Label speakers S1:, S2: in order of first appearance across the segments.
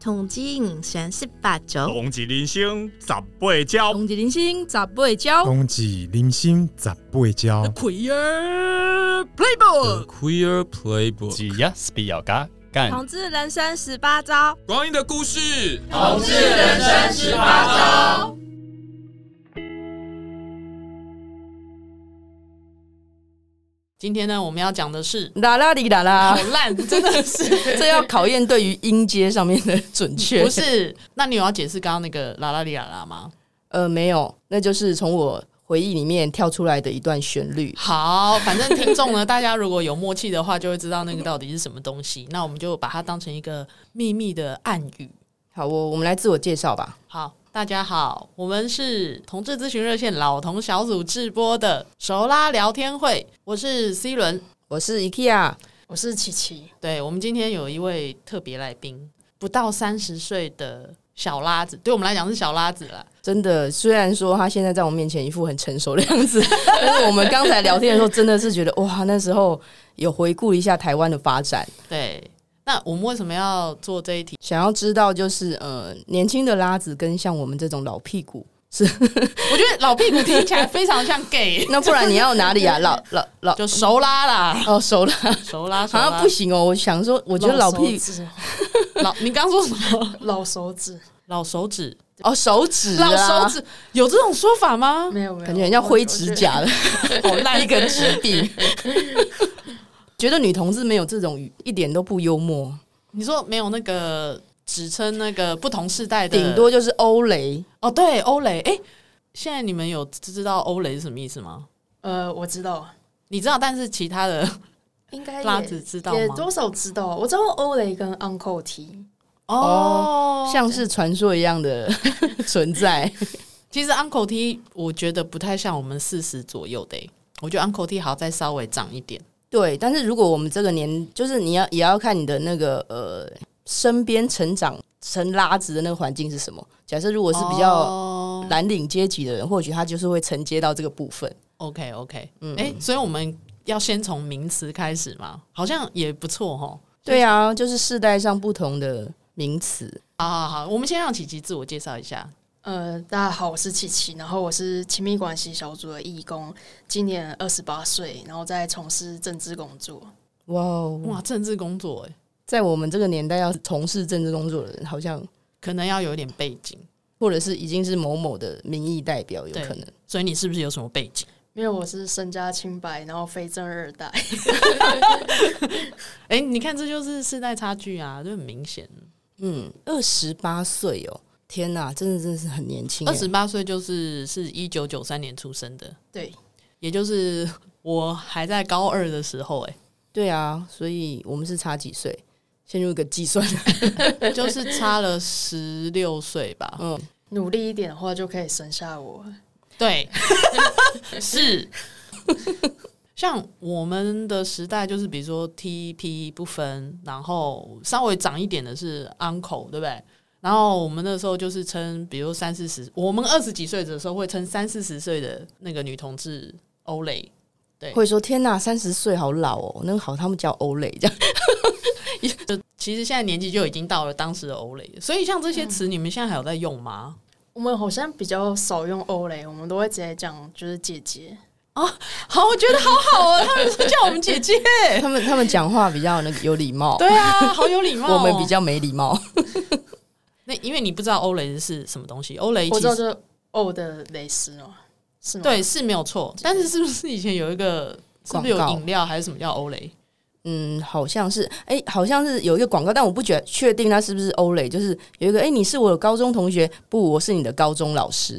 S1: 统计人生十八
S2: 啊
S1: 招，
S3: 同志人生十八招，
S4: 同一人生十八招，
S5: 冬季人生十八招，
S4: Queer Playbook，
S2: Queer Playbook，
S6: 只要是比较嘎干，
S4: 同志人生十八招。
S2: 光阴的故事。
S7: 同志人生十八招。
S8: 今天呢，我们要讲的是
S9: 啦啦哩啦啦
S8: 好，烂， 真的是
S9: 这要考验对于音阶上面的准确。
S8: 不，是？那你有要解释刚刚那个啦啦里啦啦吗？
S9: 呃，没有，那就是从我回忆里面跳出来的一段旋律。
S8: 好，反正听众呢，大家如果有默契的话，就会知道那个到底是什么东西。那我们就把它当成一个秘密的暗语。
S9: 好，我我们来自我介绍吧。
S8: 好，大家好，我们是同志咨询热线老同小组制播的熟拉聊天会，我是 C 轮。
S9: 我是 IKEA，
S10: 我是琪琪，
S8: 对我们今天有一位特别来宾，不到三十岁的小拉子，对我们来讲是小拉子啦。
S9: 真的，虽然说他现在在我面前一副很成熟的样子， 但是我们刚才聊天的时候，真的是觉得哇，那时候有回顾一下台湾的发展，
S8: 对，那我们为什么要做这一题？
S9: 想要知道就是呃，年轻的拉子跟像我们这种老屁股，
S8: 我觉得老屁股听起来非常像 gay，
S9: 那不然你要哪里啊？老老老
S8: 就熟拉啦，
S9: 哦，熟了，
S8: 熟拉熟
S9: 好
S8: 拉。
S9: 像不行哦。我想说，我觉得老屁
S10: 手指，
S8: 老，你刚说什么？
S10: 老手指，
S8: 老手指，
S9: 哦，手指啊
S8: 老手指有这种说法吗？
S10: 没有没有，
S9: 感觉很像灰指甲
S10: 我
S9: 了，
S8: 好烂，
S9: 一根指柄。 觉得女同志没有这种语，一点都不幽默，
S8: 你说没有那个指称那个不同世代的，
S9: 顶多就是欧雷。
S8: 哦，对，欧蕾。哎，现在你们有知道欧蕾是什么意思吗？
S10: 觉得。呃，我知道，
S8: 你知道，但是其他的
S10: 应该也
S8: 拉子知道
S10: 也
S8: 吗？
S10: 多少知道。我知道欧雷跟 Uncle T，
S8: 哦，
S9: 像是传说一样的 存在。
S8: 其实 Uncle T 我觉得不太像我们四十左右的、欸，我觉得 Uncle T 好再稍微长一点。
S9: 对，但是如果我们这个年，就是你要也要看你的那个呃身边成长成拉直的那个环境是什么。假设如果是比较
S8: 哦
S9: 蓝领阶级的人，或许他就是会承接到这个部分。
S8: OK OK，
S9: 嗯，
S8: 哎、所以我们要先从名词开始嘛，好像也不错哈。
S9: 对啊，就是世代上不同的名词。
S8: 好好好，我们先让琪琪自我介绍一下。
S10: 呃，大家好，我是琪琪，然后我是亲密关系小组的义工，今年二十八岁，然后在从事政治工作。
S9: 哇哦，
S8: 哇，政治工作哎、
S9: 在我们这个年代要从事政治工作的人，好像
S8: 可能要有点背景，
S9: 或者是已经是某某的民意代表，有
S8: 对
S9: 可能。
S8: 所以你是不是有什么背景？
S10: 没有，我是身家清白，然后非正二代。
S8: 哎、你看这就是世代差距啊，就很明显。
S9: 嗯，二十八岁哦，天哪，真的真的是很年轻耶。
S8: 二十八岁就是是一九九三年出生的，
S10: 对，
S8: 也就是我还在高二的时候、欸，
S9: 对啊，所以我们是差几岁，陷入一个计 算。
S8: 就是差了十六岁吧。
S9: 嗯，
S10: 努力一点的话就可以生下我。
S8: 对，是。像我们的时代，就是比如说 T P 不分，然后稍微长一点的是 uncle，对不对？然后我们那时候就是称，比如三四十，我们二十几岁的时候会称三四十岁的那个女同志欧蕾，
S9: 会说天哪，三十岁好老哦，那个好，他们叫欧蕾这样。
S8: 其实现在年纪就已经到了当时的欧蕾，所以像这些词，你们现在还有在用吗？
S10: 我们好像比较少用欧雷，我们都会直接讲就是姐姐。
S8: 好，我觉得好好啊，他们是叫我们姐姐，
S9: 他们他们讲话比较那个有礼貌，
S8: 对啊，好有礼貌、
S9: 我们比，较没礼貌。
S8: 那因为你不知道欧蕾是什么东西，欧蕾
S10: 我
S8: 其
S10: 知道
S8: 实
S10: 就是欧的蕾丝哦，是吗？
S8: 对是没有错，但是是不是以前有一个是不是有
S9: 广告
S8: 饮料还是什么叫欧蕾？
S9: 嗯，好像是，哎、好像是有一个广告，但我不觉确定它是不是欧蕾，就是有一个，哎、你是我的高中同学，不，我是你的高中老师，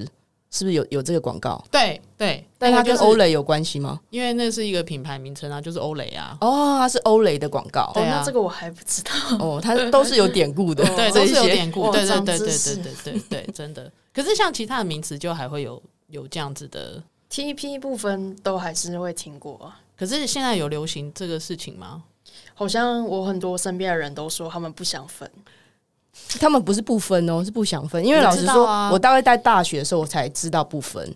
S9: 是不是有有这个广告？
S8: 对对，
S9: 但它
S8: 那个
S9: 跟
S8: 就是
S9: 欧，蕾有关系吗？
S8: 因为那是一个品牌名称啊，就是欧蕾啊。
S9: 哦，它是欧蕾的广 告，
S8: 对
S10: 哦，
S8: 啊
S10: 那这个我还不知道。
S9: 哦，它都是有典故的，
S8: 对，
S9: 这
S8: 都
S9: 一
S8: 是有
S9: 些
S8: 典故，
S10: 哇
S8: 对对
S10: 长
S8: 对对
S10: 知识
S8: 对对对对，真的。可是像其他的名词，就还会有有这样子的
S10: TP 部分都还是会听过，
S8: 可是现在有流行这个事情吗？
S10: 好像我很多身边的人都说他们不想分。
S9: 他们不是不分哦，是不想分，因为
S8: 我
S9: 老
S8: 知
S9: 实
S8: 道
S9: 说，
S8: 啊
S9: 我大概在大学的时候我才知道不分，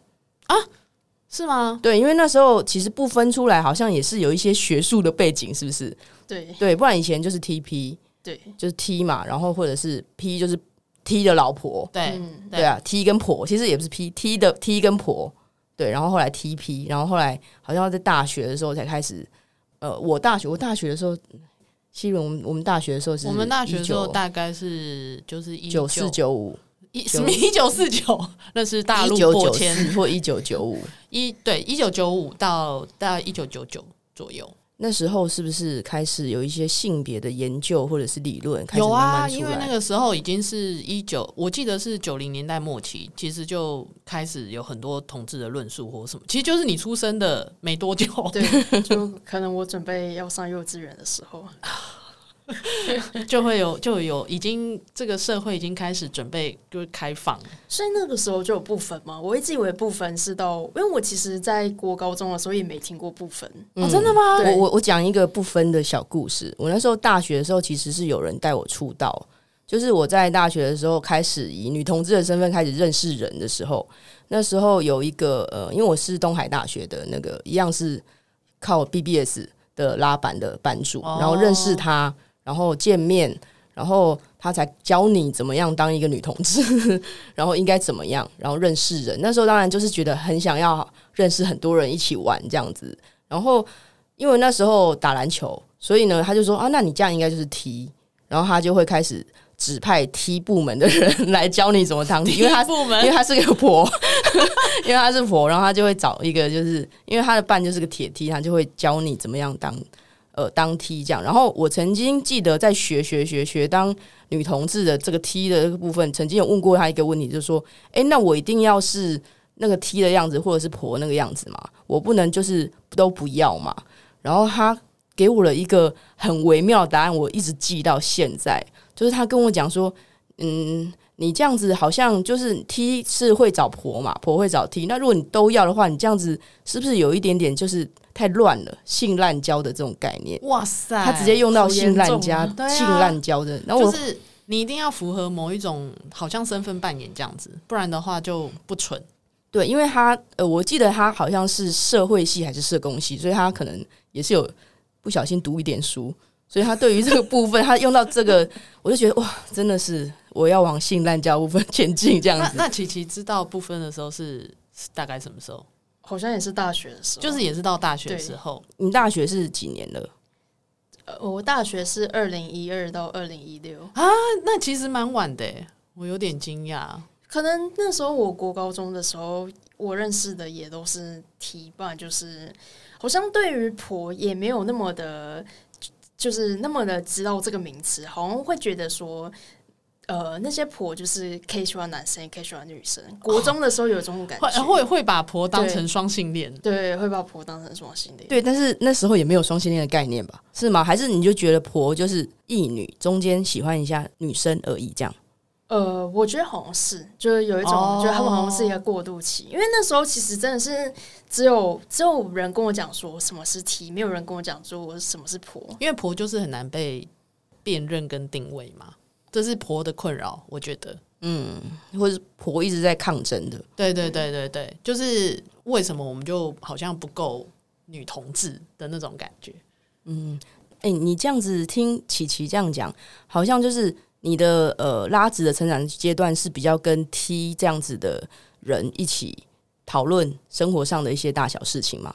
S8: 是吗？
S9: 对，因为那时候其实不分出来好像也是有一些学术的背景，是不是？
S10: 对，
S9: 对，不然以前就是 TP，
S10: 对，
S9: 就是 T 嘛，然后或者是 P 就是 T 的老婆，
S8: 对
S10: 嗯
S9: 对啊，T 跟婆其实也不是 P，T 的 T 跟婆，对，然后后来 TP，然后后来好像在大学的时候才开始，呃，我大学我大学的时候，西伦我们我们大学的时候是
S8: 我们大学的时候
S9: 19
S8: 大概是就是一
S9: 九四九五
S8: 一什么一九四九，那是大
S9: 一
S8: 陆
S9: 九
S8: 破
S9: 九四
S8: 千
S9: 或一九九五，
S8: 一对一九九五到到一九九九左右。
S9: 那时候是不是开始有一些性别的研究或者是理论开始
S8: 有
S9: 慢
S8: 啊，
S9: 慢出
S8: 因
S9: 来？
S8: 为那个时候已经是一九，我记得是九零年代末期，其实就开始有很多同志的论述或什么，其实就是你出生的没多久，
S10: 对，就可能我准备要上幼稚园的时候，
S8: 就会有就有已经这个社会已经开始准备就是开放，
S10: 所以那个时候就有不分嘛。我一直以为不分是到，因为我其实在国高中的时候也没听过不分。
S9: 哦，真的吗
S10: 对
S9: 我我我讲一个不分的小故事。我那时候大学的时候，其实是有人带我出道，就是我在大学的时候开始以女同志的身份开始认识人的时候，那时候有一个呃，因为我是东海大学的那个一样是靠 BBS 的拉板的班主，
S8: 哦
S9: 然后认识他，然后见面，然后他才教你怎么样当一个女同志， 然后应该怎么样，然后认识人。那时候当然就是觉得很想要认识很多人一起玩这样子，然后因为那时候打篮球，所以呢，他就说啊，那你这样应该就是 T，然后他就会开始指派 T 部门的人 来教你怎么当 T，因为他
S8: 部
S9: 因为
S8: 门
S9: 他是个婆， 因为他是婆，然后他就会找一个，就是因为他的伴就是个铁梯，他就会教你怎么样当呃当梯这样。然后我曾经记得在学学学学当女同志的这个梯的这个部分，曾经有问过他一个问题，就是说，诶，那我一定要是那个梯的样子，或者是婆那个样子嘛？我不能就是都不要嘛？然后他给我了一个很微妙的答案，我一直记到现在，就是他跟我讲说，嗯。你这样子好像就是 T 是会找婆嘛，婆会找 T。那如果你都要的话，你这样子是不是有一点点就是太乱了，性滥交的这种概念？
S8: 哇塞，
S9: 他直接用到性滥交、
S8: 好严重啊
S9: 性滥交的，然后我、
S8: 就是你一定要符合某一种好像身份扮演这样子，不然的话就不纯。
S9: 对，因为他呃，我记得他好像是社会系还是社工系，所以他可能也是有不小心读一点书，所以他对于这个部分，他用到这个，我就觉得哇，真的是我要往性滥交部分前进这样
S8: 那
S9: 子。
S8: 那琪琪知道不分的时候是是大概什么时候？
S10: 好像也是大学的时候，
S8: 就是也是到大学的时候，
S9: 你大学是几年了？
S10: 呃我大学是二零一二到二零一六，
S8: 那那其实蛮晚的欸，我有点惊讶。
S10: 可能那时候我国高中的时候，我认识的也都是 T 吧，就是好像对于婆也没有那么的，就是那么的知道这个名词，好像会觉得说。呃，那些婆就是可以喜欢男生，也可以喜欢女生。国中的时候有这种感觉，
S8: 会会会把婆当
S10: 对
S8: 成双性恋，
S10: 对，会把婆当成双性恋。
S9: 对，但是那时候也没有双性恋的概念吧？是吗？还是你就觉得婆就是异女，中间喜欢一下女生而已，这样？
S10: 呃，我觉得好像是，就是有一种
S8: 哦
S10: 觉得他们好像是一个过渡期，因为那时候其实真的是只有只有人跟我讲说什么是 T，没有人跟我讲说我什么是婆。
S8: 因为婆就是很难被辨认跟定位嘛，这是婆的困扰，我觉得。
S9: 嗯，或者是婆一直在抗争的，
S8: 对对对对对，就是为什么我们就好像不够女同志的那种感觉。
S9: 嗯，哎、你这样子听琪琪这样讲，好像就是你的呃拉直的成长阶段是比较跟 T 这样子的人一起讨论生活上的一些大小事情嘛。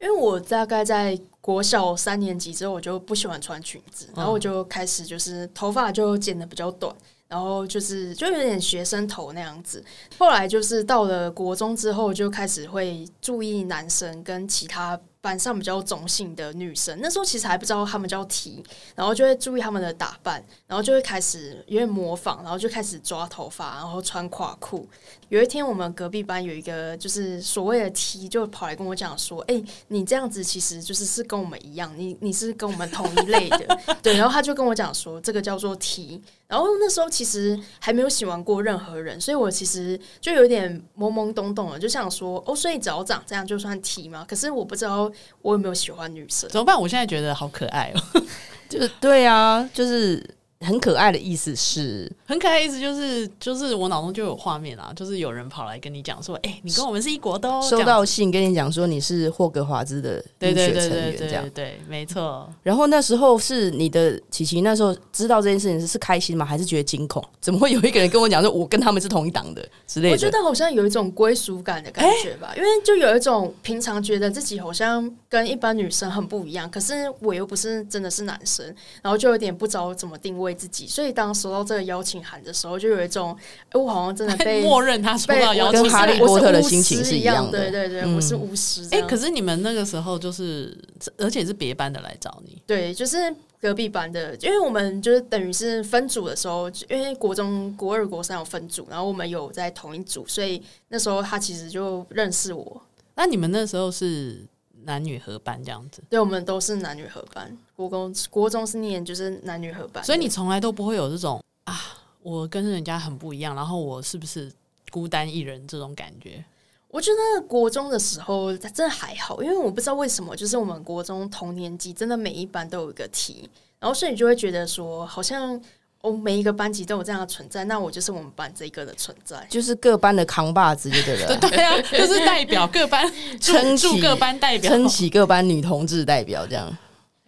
S10: 因为我大概在国小三年级之后，我就不喜欢穿裙子，然后我就开始就是头发就剪的比较短，然后就是就有点学生头那样子。后来就是到了国中之后，就开始会注意男生跟其他。班上比较中性的女生，那时候其实还不知道他们叫 T，然后就会注意他们的打扮，然后就会开始有点模仿，然后就开始抓头发，然后穿垮裤。有一天，我们隔壁班有一个就是所谓的 T，就跑来跟我讲说：“哎、你这样子其实就是是跟我们一样，你你是跟我们同一类的，对。然后他就跟我讲说，这个叫做 T。然后那时候其实还没有喜欢过任何人，所以我其实就有点懵懵懂懂的，就想说，哦，所以只要长这样就算 T 吗？可是我不知道我有没有喜欢女生。
S8: 怎么办？我现在觉得好可爱哦、
S9: 就是对啊，就是很可爱的意思是，
S8: 很可爱，意思就是就是我脑中就有画面啊，就是有人跑来跟你讲说，哎、你跟我们是一国的哦，
S9: 收到信跟你讲说你是霍格华兹的
S8: 这
S9: 医
S8: 样对
S9: 学
S8: 对
S9: 成
S8: 对
S9: 员
S8: 对
S9: 这
S8: 对
S9: 样
S8: 对。对，没错，
S9: 然后那时候是你的琪琪，那时候知道这件事情是是开心吗？还是觉得惊恐？怎么会有一个人跟我讲说我跟他们是同一党的之类的？
S10: 我觉得好像有一种归属感的感觉吧，因为就有一种平常觉得自己好像跟一般女生很不一样，可是我又不是真的是男生，然后就有点不知道怎么定位自己，所以当收到这个邀请函的时候，就有一种，哎，我好像真的被
S8: 默认他收
S10: 被
S8: 到邀请
S9: 跟哈利
S8: 函
S9: 波特的心情
S10: 是
S9: 是
S10: 一
S9: 一
S10: 样
S9: 样
S10: 的，
S9: 的
S10: 对对对，
S9: 嗯
S10: 我是巫师这
S8: 哎、
S10: 样。
S8: 可是你们那个时候就是，而且是别班的来找你，
S10: 对，就是隔壁班的，因为我们就是等于是分组的时候，因为国中国二、国三有分组，然后我们有在同一组，所以那时候他其实就认识我。
S8: 那你们那时候是男女合班这样子，
S10: 对，我们都是男女合班，国中国中是念就是男女合班的，
S8: 所以你从来都不会有这种啊，我跟人家很不一样，然后我是不是孤单一人这种感觉？
S10: 我觉得国中的时候真的还好，因为我不知道为什么，就是我们国中同年级真的每一班都有一个题，然后所以你就会觉得说，好像哦每一个班级都有这样的存在，那我就是我们班这一个的存在。
S9: 就是各班的扛把子就对了，
S8: 对啊，就是代表各 班
S9: 撑
S8: 撑
S9: 起
S8: 住各班代表。
S9: 撑起各班女同志代表这样。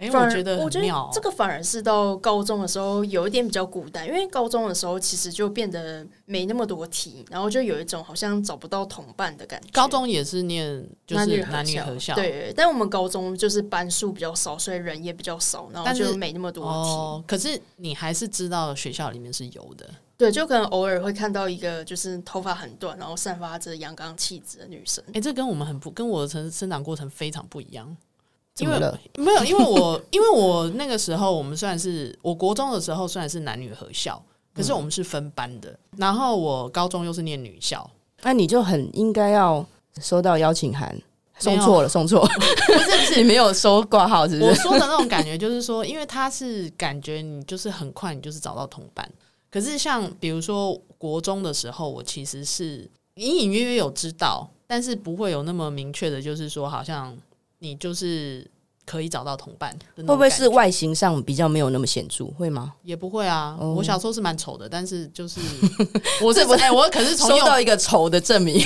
S8: 哎、
S10: 反
S8: 我
S10: 而
S8: 觉得
S10: 我
S8: 很
S10: 觉
S8: 妙
S10: 得
S8: 哦、
S10: 这个反而是到高中的时候有一点比较孤单，因为高中的时候其实就变得没那么多题，然后就有一种好像找不到同伴的感觉。
S8: 高中也是念就是
S10: 男
S8: 男
S10: 女
S8: 女
S10: 合
S8: 合校，
S10: 对，但我们高中就是班数比较少，所以人也比较少，然后
S8: 但是
S10: 就没那么多题。
S8: 哦，可是你还是知道学校里面是有的。
S10: 对，就可能偶尔会看到一个就是头发很短，然后散发着阳刚气质的女生。
S8: 哎、这跟我们很不跟我的成生长过程非常不一样。
S9: 怎么了？
S8: 没有，因为我 因为我那个时候我们算是我国中的时候虽然是男女合校，可
S9: 嗯
S8: 是我们是分班的。然后我高中又是念 女校，
S9: 那你就很应该要收到邀请函，
S8: 没
S9: 送
S8: 有
S9: 错了，送错，不是不是，你没有收挂号，是不
S8: 我
S9: 是？
S8: 说的那种感觉就是说，因为他是感觉你就是很快你就是找到同伴，可是像比如说国中的时候，我其实是隐隐约约有知道，但是不会有那么明确的，就是说好像你就是可以找到同伴的那种
S9: 会不会是
S8: 感觉？
S9: 外形上比较没有那么显著？会吗？
S8: 也不会啊，
S9: 哦
S8: 我小时候是蛮丑的，但是 就是我是
S9: 这不是
S8: 哎、我可是从
S9: 收
S8: 幼，
S9: 到一个丑的证 明，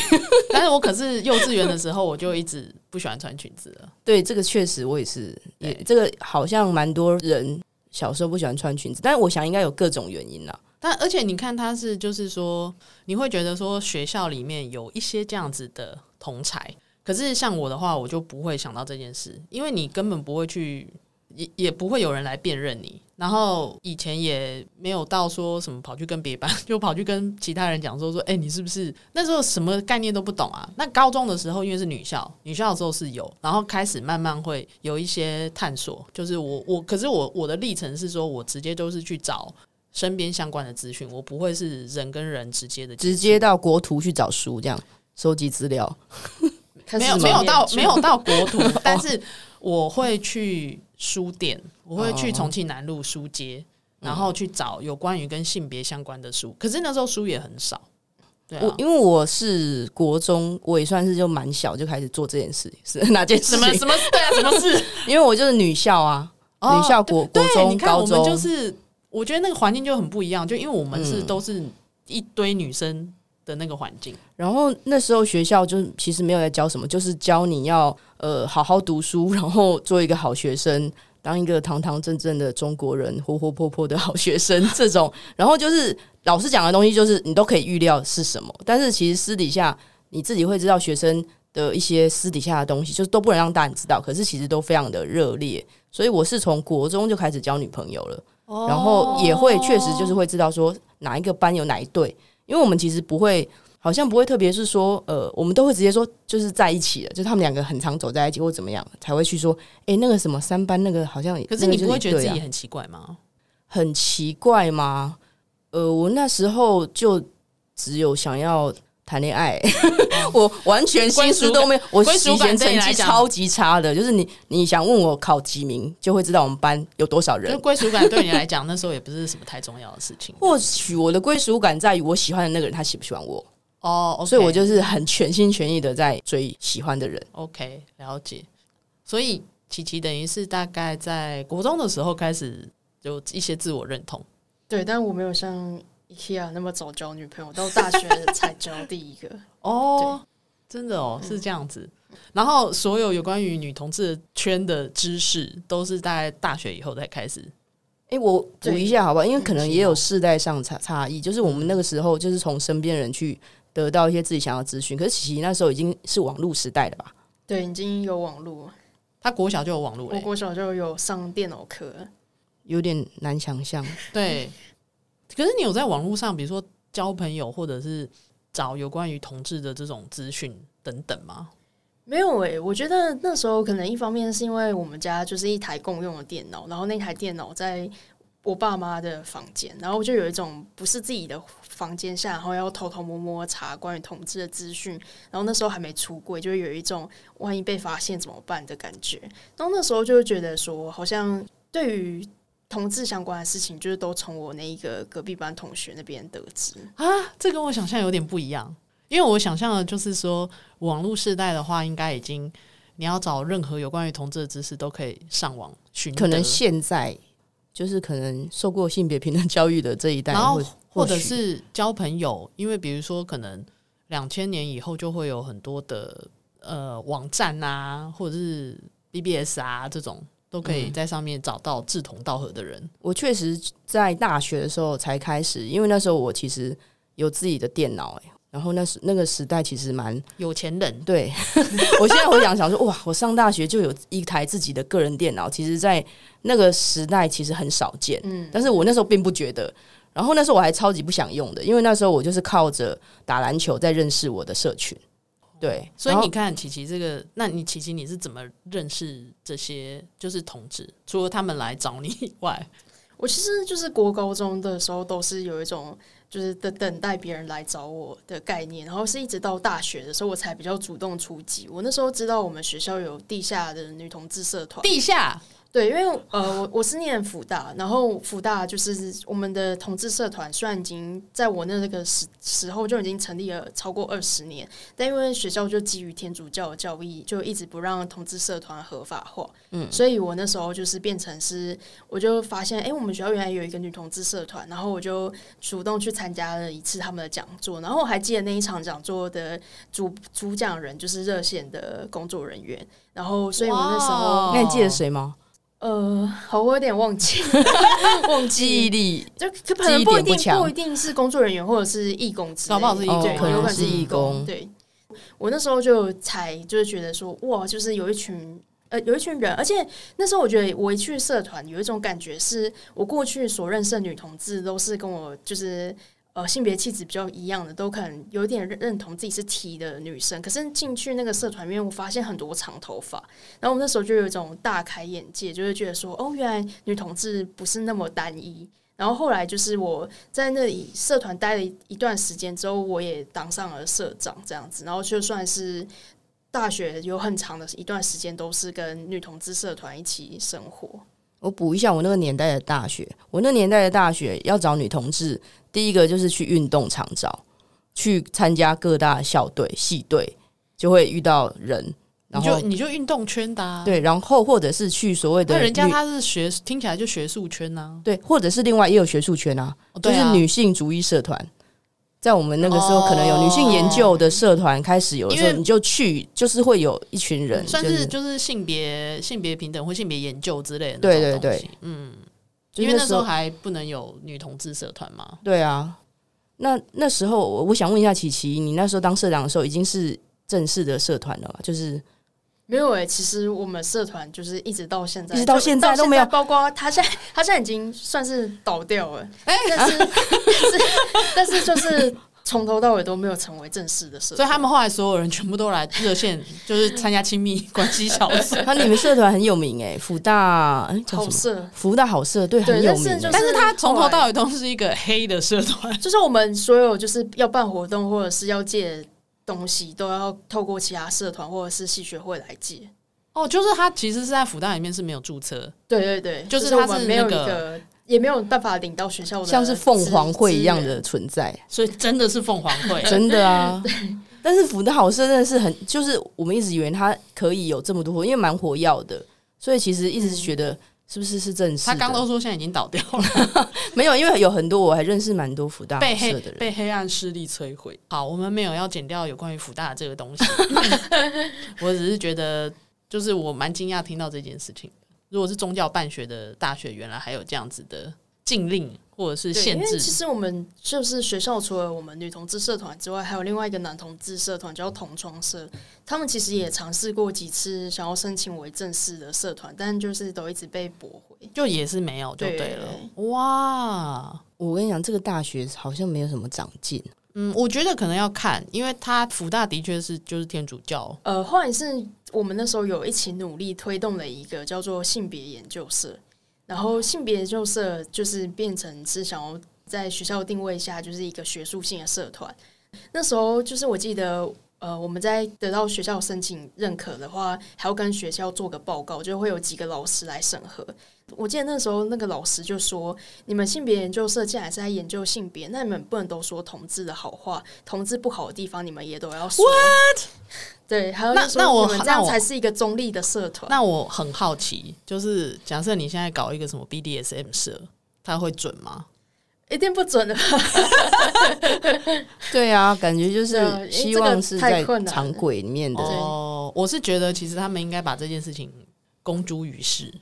S8: 但是我可是幼稚园的时候我就一直不喜欢穿裙子了。
S9: 对，这个确实我也是，也
S8: 对
S9: 这个好像蛮多人小时候不喜欢穿裙子，但是我想应该有各种原因啦。
S8: 但而且你看，他是就是说，你会觉得说学校里面有一些这样子的同才，可是像我的话，我就不会想到这件事，因为你根本不会去，也也不会有人来辨认你。然后以前也没有到说什么跑去跟别班， 就跑去跟其他人讲说说，哎、你是不是那时候什么概念都不懂啊？那高中的时候因为是女校，女校的时候是有，然后开始慢慢会有一些探索，就是我我，可是我我的历程是说我直接都是去找身边相关的资讯，我不会是人跟人直接的接
S9: 直
S8: 触
S9: 接到国图去找书，这样收集资料。
S10: 开始
S8: 没有
S10: 演
S8: 没有到
S10: 剧
S8: 没有到国 图，
S9: 哦
S8: 但是我会去书店，我会去重庆南路书街，
S9: 哦
S8: 然后去找有关于跟性别相关的书。可是那时候书也很少，对
S9: 我
S8: 啊，
S9: 因为我是国中，我也算是就蛮小就开始做这件事，是 哪件事
S8: 什么
S9: 情？
S8: 什么对啊，什 么事？
S9: 因为我就是女校啊，
S8: 哦
S9: 女校国国
S8: 对，
S9: 中、
S8: 你看
S9: 高
S8: 我们
S9: 中，
S8: 就是，我觉得那个环境就很不一样，就因为我们是
S9: 嗯
S8: 都是一堆女生的那个环境，
S9: 然后那时候学校就是其实没有在教什么，就是教你要呃好好读书，然后做一个好学生，当一个堂堂正正的中国人，活活泼泼的好学生这种。然后就是老师讲的东西，就是你都可以预料是什么，但是其实私底下你自己会知道学生的一些私底下的东西，就是都不能让大人知道，可是其实都非常的热烈。所以我是从国中就开始交女朋友了。然后也会确实就是会知道说哪一个班有哪一对，因为我们其实不会，好像不会特别是说，呃，我们都会直接说就是在一起了，就他们两个很常走在一起或怎么样，才会去说，诶，那个什么三班那个好像也，
S8: 可是
S9: 那个
S8: 你
S9: 就
S8: 不会
S9: 一
S8: 觉得
S9: 对
S8: 自
S9: 啊
S8: 己很奇怪吗？
S9: 很奇怪吗？呃，我那时候就只有想要谈恋爱， 我完全心思都没有。我
S8: 哦归属
S9: 以
S8: 感
S9: 前成
S8: 对你来
S9: 绩
S8: 讲
S9: 超级差的，就是你你想问我考几名，就会知道我们班有多少人
S8: 就。归属感对你来讲，那时候也不是什么太重要的事情。
S9: 或许 我的归属感在于我喜欢的那个人他喜不喜欢我
S8: 哦，OK，
S9: 所以我就是很全心全意的在追喜欢的人。
S8: OK 了解。所以琪琪等于是大概在国中的时候开始有一些自我认同，
S10: 对，但我没有像 IKEA 那么早交女朋友，到大学 才交第一个。
S8: 哦，真的哦，是这样子。然后所有有关于女同志圈的知识，都是大概大学以后才开始。
S9: 哎、我补
S10: 对
S9: 一下好不好？因为可能也有
S10: 嗯
S9: 世代上差差异，就是我们那个时候就是从身边人去得到一些自己想要的资讯，可是琪琪那时候已经是网络时代了吧？
S10: 对，已经有网络，
S8: 他国小就有网络欸
S10: 我
S8: 嘞，
S10: 国小就有上电脑课了。
S9: 有点难想象。
S8: 对。可是你有在网络上，比如说交朋友，或者是找有关于同志的这种资讯等等吗？
S10: 没有诶、我觉得那时候可能一方面是因为我们家就是一台共用的电脑，然后那台电脑在我爸妈的房间，然后就有一种不是自己的房间下，然后要偷偷摸摸查关于同志的资讯，然后那时候还没出柜，就会有一种万一被发现怎么办的感觉。然后那时候就会觉得说，好像对于同志相关的事情，就是都从我那一个隔壁班同学那边得知。
S8: 啊，这跟我想象有点不一样，因为我想象的就是说，网络时代的话，应该已经你要找任何有关于同志的知识都可以上网寻得，
S9: 可能现在就是可能受过性别平等教育的这一代，
S8: 然后
S9: 会
S8: 或者
S9: 许
S8: 是交朋友，因为比如说可能两千年以后就会有很多的呃网站啊，或者是 BBS 啊这种，都可以在上面找到志同道合的人。
S9: 我确实在大学的时候才开始，因为那时候我其实有自己的电脑、欸，然后那时那个时代其实蛮
S8: 有钱人
S9: 对 我现在回想想说，哇，我上大学就有一台自己的个人电脑，其实，在那个时代其实很少见，
S10: 嗯，
S9: 但是我那时候并不觉得。然后那时候我还超级不想用的，因为那时候我就是靠着打篮球在认识我的社群，对，
S8: 哦所以
S9: 然后
S8: 你看琪琪这个，那你琪琪你是怎么认识这些就是同志？除了他们来找你以外，
S10: 我其实就是国高中的时候都是有一种就是等等待别人来找我的概念，然后是一直到大学的时候我才比较主动出击。我那时候知道我们学校有地下的女同志社团，
S8: 地下
S10: 对，因为呃，我我是念福大，然后福大就是我们的同志社团，虽然已经在我那个时时候就已经成立了超过二十年，但因为学校就基于天主教的教义，就一直不让同志社团合法化，嗯，所以我那时候就是变成是，我就发现，哎、我们学校原来有一个女同志社团，然后我就主动去参加了一次他们的讲座，然后我还记得那一场讲座的主主讲人就是热线的工作人员，然后所以我那时
S8: 哇。
S10: 候
S9: 那你记得谁吗？
S10: 呃，好，我有点忘 记，忘
S9: 记忆
S10: 记，
S9: 力
S10: 就就可能
S9: 记忆
S10: 不一
S9: 点不
S10: 定
S9: 强
S10: 不一定是工作人员或者是义工之类的，
S8: 搞不好是义工哦
S10: 对
S9: 可能
S10: 有可能
S9: 是
S10: 是
S9: 义工
S10: 对我那时候就才就是觉得说，哇，就是有一群。呃，有一群人，而且那时候我觉得我一去社团，有一种感觉是我过去所认识的女同志都是跟我就是呃性别气质比较一样的，都可能有点认认同自己是 T 的女生。可是进去那个社团里面，我发现很多长头发，然后我那时候就有一种大开眼界，就是觉得说，哦，原来女同志不是那么单一。然后后来就是我在那里社团待了一一段时间之后，我也当上了社长这样子，然后就算是大学有很长的一段时间都是跟女同志社团一起生活。
S9: 我补一下我那个年代的大学，我那年代的大学要找女同志，第一个就是去运动场找，去参加各大校队、系队，就会遇到人，
S8: 你
S9: 然
S8: 就
S9: 后
S8: 你就运动圈的、啊，
S9: 对，然后或者是去所谓的
S8: 那人家
S9: 女
S8: 他是学，听起来就学术圈呐、
S9: 对，或者是另外也有学术圈啊，
S8: 哦
S9: 就
S8: 对
S9: 是
S8: 啊
S9: 女性主义社团。在我们那个时候，可能有女性研究的社团开始有的时候，
S8: 哦因为
S9: 你就去，就是会有一群人，
S8: 算
S9: 就是
S8: 就是性别性别平等或性别研究之类的那
S9: 对
S8: 种
S9: 对
S8: 东西，嗯，
S9: 就是
S8: 因为那时候还不能有女同志社团嘛，
S9: 对啊，那那时候我我想问一下琪琪，你那时候当社长的时候已经是正式的社团了吧？ 就是
S10: 没有诶、欸其实我们社团就是一直到现在，
S9: 一直到
S10: 就
S9: 现在都没有
S10: 包括他现在， 他现在已经算是倒掉了，
S9: 哎。
S10: 但是 但是但是就是从头到尾都没有成为正式的社
S8: 所以
S10: 团。
S8: 他们后来所有人全部都来热线，就是参加亲密关系小 组
S9: 他啊你们社团很有名哎、福大哎叫
S10: 好
S9: 什么？
S10: 色，
S9: 福大好社对
S10: 对
S9: 很有名、
S10: 但是就
S9: 欸，
S8: 但是他从头到
S10: 后
S8: 尾都是一个黑的社 团，
S10: 就是我们所有就是要办活动或者是要借东西，都要透过其他社团或者是系学会来借。
S8: 哦，就是他其实是在福大里面是没有注册，
S10: 对对对，
S8: 就是
S10: 我
S8: 它
S10: 们
S8: 是
S10: 没有
S8: 那
S10: 一
S8: 个
S10: 个，也没有办法领到学校的
S9: 像是凤凰会一样
S10: 资源
S9: 的存在，
S8: 所以真的是凤凰会。
S9: 真的啊。但是福大好社真的是很，就是我们一直以为他可以有这么多活，因为蛮活跃的，所以其实一直觉得是不是是正式的？
S8: 他刚都说现在已经倒掉了，
S9: 没有，因为有很多我还认识蛮多福大
S8: 被
S9: 社
S8: 黑
S9: 的人。
S8: 被黑暗势力摧毁。好，我们没有要剪掉有关于福大这个东西，我只是觉得，就是我蛮惊讶听到这件事情。如果是宗教办学的大学，原来还有这样子的禁令或者是
S10: 对，因
S8: 限
S10: 为
S8: 制，
S10: 其实我们就是学校，除了我们女同志社团之外，还有另外一个男同志社团叫同窗社。他们其实也尝试过几次想要申请为正式的社团，但就是都一直被驳回。
S8: 就也是没有就
S10: 对
S8: 对了。哇，
S9: 我跟你讲，这个大学好像没有什么长进。
S8: 嗯，我觉得可能要看，因为他福大的确是就是天主教，
S10: 呃，后来是我们那时候有一起努力推动了一个叫做性别研究社，然后性别研究社就是变成是想要在学校定位下就是一个学术性的社团。那时候就是我记得，呃，我们在得到学校申请认可的话，还要跟学校做个报告，就会有几个老师来审核。我记得那时候那个老师就说：“你们性别研究社既然是在研究性别，那你们不能都说同志的好话，同志不好的地方你们也都要说。” What？对，还有
S8: 那那我
S10: 们这
S8: 那
S10: 样
S8: 我
S10: 才是一个中立的社团。
S8: 那我很好奇，就是假设你现在搞一个什么 BDSM 社，它会准吗？
S10: 一定不准的吧？
S9: 对啊，感觉就是
S10: 对
S9: 希
S10: 这个
S9: 望是
S10: 太
S9: 在
S10: 困难了
S9: 常轨里面的。
S8: 哦，我是觉得其实他们应该把这件事情公诸于世，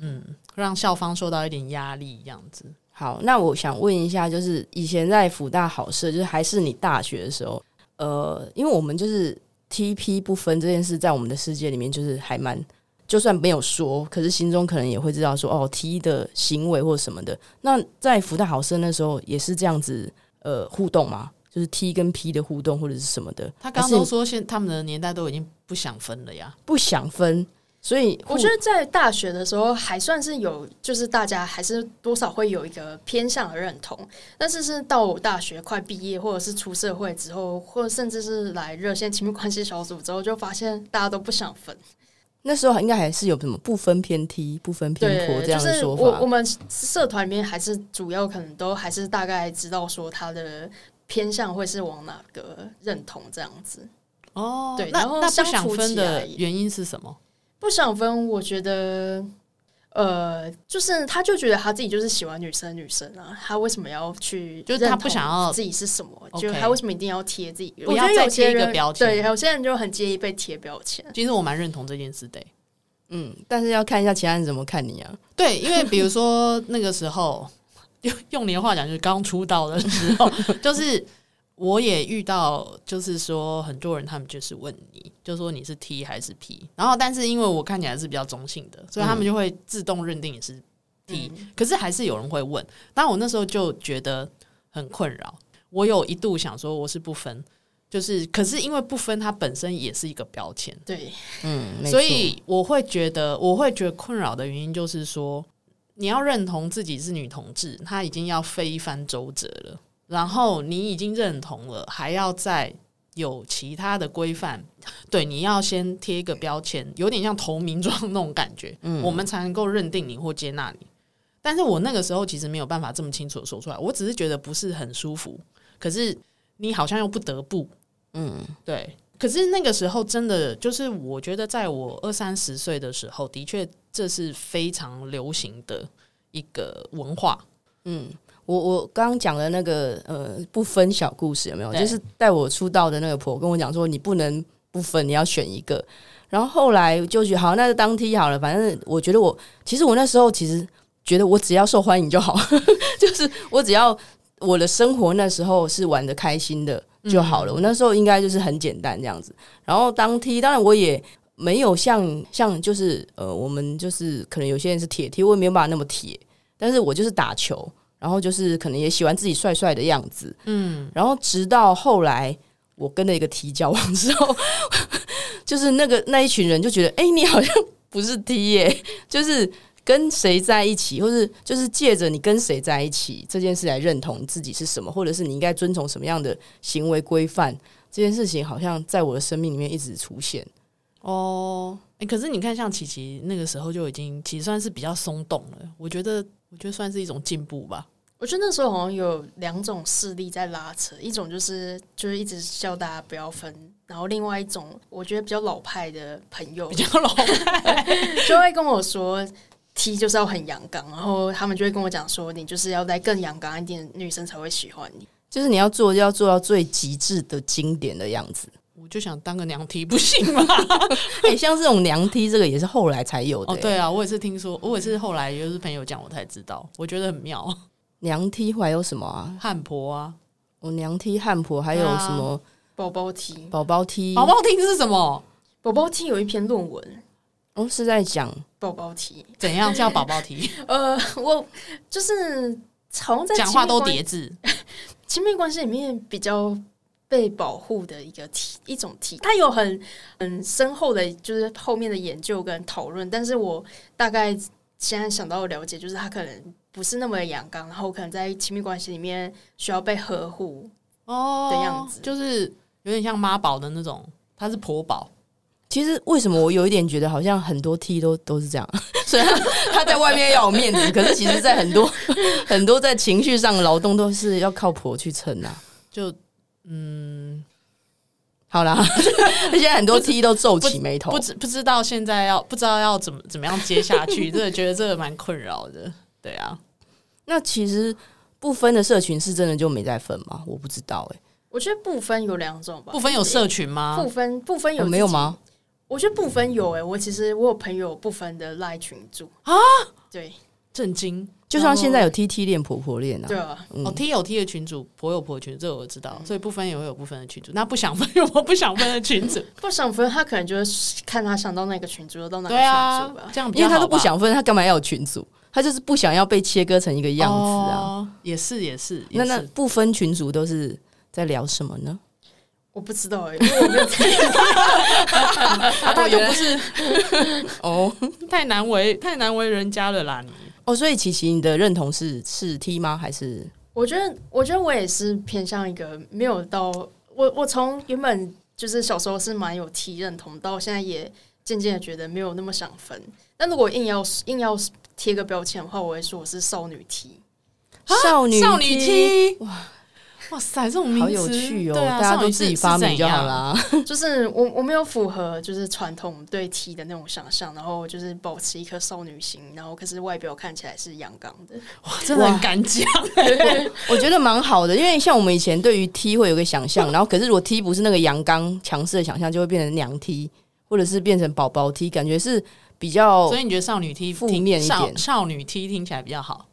S8: 嗯，让校方受到一点压力，这样子。
S9: 好，那我想问一下，就是以前在辅大好社，就是还是你大学的时候，呃，因为我们就是 TP 不分这件事，在我们的世界里面就是还蛮，就算没有说，可是心中可能也会知道说，哦，T 的行为或什么的。那在辅大好社那时候也是这样子，呃，互动嘛，就是 T 跟 P 的互动或者是什么的。
S8: 他刚
S9: 还
S8: 刚
S9: 是
S8: 都
S9: 你
S8: 说现他们的年代都已经不想分了呀，
S9: 不想分，所以
S10: 我觉得在大学的时候还算是有，就是大家还是多少会有一个偏向的认同，但是是到我大学快毕业或者是出社会之后，或甚至是来热线亲密关系小组之后，就发现大家都不想分。
S9: 那时候应该还是有什么不分偏 T、不分偏颇
S10: 对，
S9: 这样
S10: 就
S9: 的
S10: 是
S9: 说
S10: 我
S9: 法。
S10: 我们社团里面还是主要可能都还是大概知道说他的偏向会是往哪个认同这样子。
S8: 哦，
S10: 对
S8: 那
S10: 然后
S8: 那不
S10: 相
S8: 想
S10: 处
S8: 分
S10: 起
S8: 的
S10: 来
S8: 原因是什么？
S10: 不想分，我觉得，呃，就是他就觉得他自己就是喜欢女生，女生啊，他为什么要去？
S8: 就是他不想要
S10: 自己是什么，
S8: OK
S10: 就他为什么一定要贴自己？
S8: 不
S10: 我觉
S8: 要
S10: 得
S8: 再
S10: 有些
S8: 贴一个
S10: 人
S8: 标签
S10: 对，有些人就很介意被贴标签。
S8: 其实我蛮认同这件事的欸、
S9: 嗯，但是要看一下其他人怎么看你啊。
S8: 对，因为比如说那个时候， 用用你的话讲，就是刚出道的时候， 就是我也遇到，就是说很多人他们就是问你，就说你是 T 还是 P，然后但是因为我看起来是比较中性的，所以他们就会自动认定你是 T，、可是还是有人会问，但我那时候就觉得很困扰，我有一度想说我是不分。就是，可是因为不分，它本身也是一个标签，
S10: 对，
S9: 嗯，没
S8: 所
S9: 错
S8: 以我会觉得，我会觉得困扰的原因就是说，你要认同自己是女同志，她已经要费一番周折了。然后你已经认同了，还要再有其他的规范，对，你要先贴一个标签，有点像投名状那种感觉，
S9: 嗯
S8: 我们才能够认定你或接纳你。但是我那个时候其实没有办法这么清楚的说出来，我只是觉得不是很舒服，可是你好像又不得不，嗯，对。可是那个时候真的就是，我觉得在我二三十岁的时候，的确这是非常流行的一个文化，
S9: 我我刚刚讲的那个呃不分小故事有没有？
S8: 对
S9: 就是带我出道的那个婆跟我讲说，你不能不分，你要选一个。然后后来就觉得好，那就当 T 好了。反正我觉得我其实我那时候其实觉得我只要受欢迎就好， 就是我只要我的生活那时候是玩的开心的就好了。我那时候应该就是很简单这样子。然后当 T，当然我也没有像像就是呃，我们就是可能有些人是铁 T，我也没有办法那么铁，但是我就是打球，然后就是可能也喜欢自己帅帅的样子，嗯。然后直到后来我跟了一个 T 交往之后， 就是那个那一群人就觉得，哎、你好像不是 T 耶、 就是。跟谁在一起，或是就是借着你跟谁在一起这件事来认同自己是什么，或者是你应该遵从什么样的行为规范，这件事情好像在我的生命里面一直出现。
S8: 哦，哎、可是你看，像琪琪那个时候就已经其实算是比较松动了，我觉得，我觉得算是一种进步吧。
S10: 我觉得那时候好像有两种势力在拉扯，一种就是就是一直叫大家不要分，然后另外一 种我觉得比较老派的朋友
S8: 比较老，
S10: 就会跟我说，踢就是要很阳刚，然后他们就会跟我讲说，你就是要再更阳刚一点，女生才会喜欢你。
S9: 就是你要做，就要做到最极致的经典的样子。
S8: 我就想当个娘梯，不行 吗？
S9: 哎、像这种娘梯，这个也是后来才有的、欸
S8: 哦，对，啊，我也是听说，我也是后来就是朋友讲我才知道，我觉得很妙，
S9: 娘梯还有什么啊？
S8: 汉婆啊，
S9: 我娘梯、汉婆，还有什么
S10: 宝宝踢，
S9: 宝宝梯？
S8: 宝宝听是什么？
S10: 宝宝踢有一篇论文，
S9: 哦，是在讲
S10: 宝宝踢，
S8: 怎样叫宝宝提？
S10: 呃，我就是好像在
S8: 讲话
S10: 亲密
S8: 都
S10: 关
S8: 叠字，
S10: 亲密关系里面比较被保护的一个体一种体，它有很很深厚的，就是后面的研究跟讨论。但是我大概现在想到的了解，就是它可能不是那么的阳刚，然后可能在亲密关系里面需要被呵护。
S8: 哦
S10: 的样子
S8: 就是有点像妈宝的那种，她是婆宝，
S9: 其实为什么我有一点觉得好像很多 T 都都是 这样，虽然他在外面要有面子，可是其实，在很多很多在情绪上的劳动都是要靠婆去撑啊。
S8: 就嗯，
S9: 好啦， 现在很多 T 都皱起眉头
S8: 不，知不知道现在要不知道要怎么怎么样接 下去，真的觉得这个蛮困扰的。对啊，
S9: 那其实不分的社群是真的就没在分吗？我不知道哎、
S10: 我觉得不分有两种吧，
S8: 不分有社群吗
S10: 不？分不分
S9: 有
S10: 有自己
S9: 呃没有？吗？
S10: 我觉得不分有诶、欸我其实我有朋友不分的赖群主啊，对
S8: 震惊！
S9: 就像现在有 T T 恋、婆婆恋啊
S10: 对，啊，
S9: 嗯
S8: 哦，T 有 T 的群主，婆有婆的群主，这我知道，所以不分也会有不分的群主，那不想分 有不想分的 群主，
S10: 不想分他可能就是看他想到哪个群主就到哪个
S8: 对
S10: 群
S8: 啊
S10: 主吧，。
S8: 这样比
S9: 因为
S8: 较
S9: 他
S8: 好
S9: 都不
S8: 吧
S9: 想分，他干嘛要有群组？他就是不想要被切割成一个样子啊。
S8: 哦也是也是，也
S9: 那那
S8: 是
S9: 不分群组都是在聊什么呢？
S10: 我不知道哎、因为我没 有看。
S8: 啊，他都不 是
S9: 哦
S8: 太难为太难为人家了啦，你
S9: 哦，所以琪琪，你的认同是是 T 吗？还是
S10: 我觉得，我觉得我也是偏向一个没有到我，我从原本就是小时候是蛮有 T 认同，到现在也渐渐的觉得没有那么想分。但如果硬要硬要贴个标签的话，我会说我是少女 T。
S9: 少女
S8: 啊少女 T，哇哇塞，这种名
S9: 好
S8: 词
S9: 有趣哦，
S8: 对啊、
S9: 大家
S8: 少
S9: 都
S8: 女
S9: 自
S8: 是
S9: 己发
S8: 是
S9: 明
S8: 怎
S9: 就好
S8: 样。
S9: 啦。
S10: 就是我我没有符合就是传统对 T 的那种想象，然后就是保持一颗少女心，然后可是外表看起来是阳刚的。
S8: 哇， 真的很敢讲，
S9: 我觉得蛮好的，因为像我们以前对于 T 会有个想 象，然后可是如果 T 不是那个阳刚强势的想象，就会变成娘 T，或者是变成宝宝 T，感觉是比较
S8: 所以你觉得少女 T
S9: 哦负
S8: 听
S9: 面一
S8: 少
S9: 点
S8: 少女 T 听起来比 较好，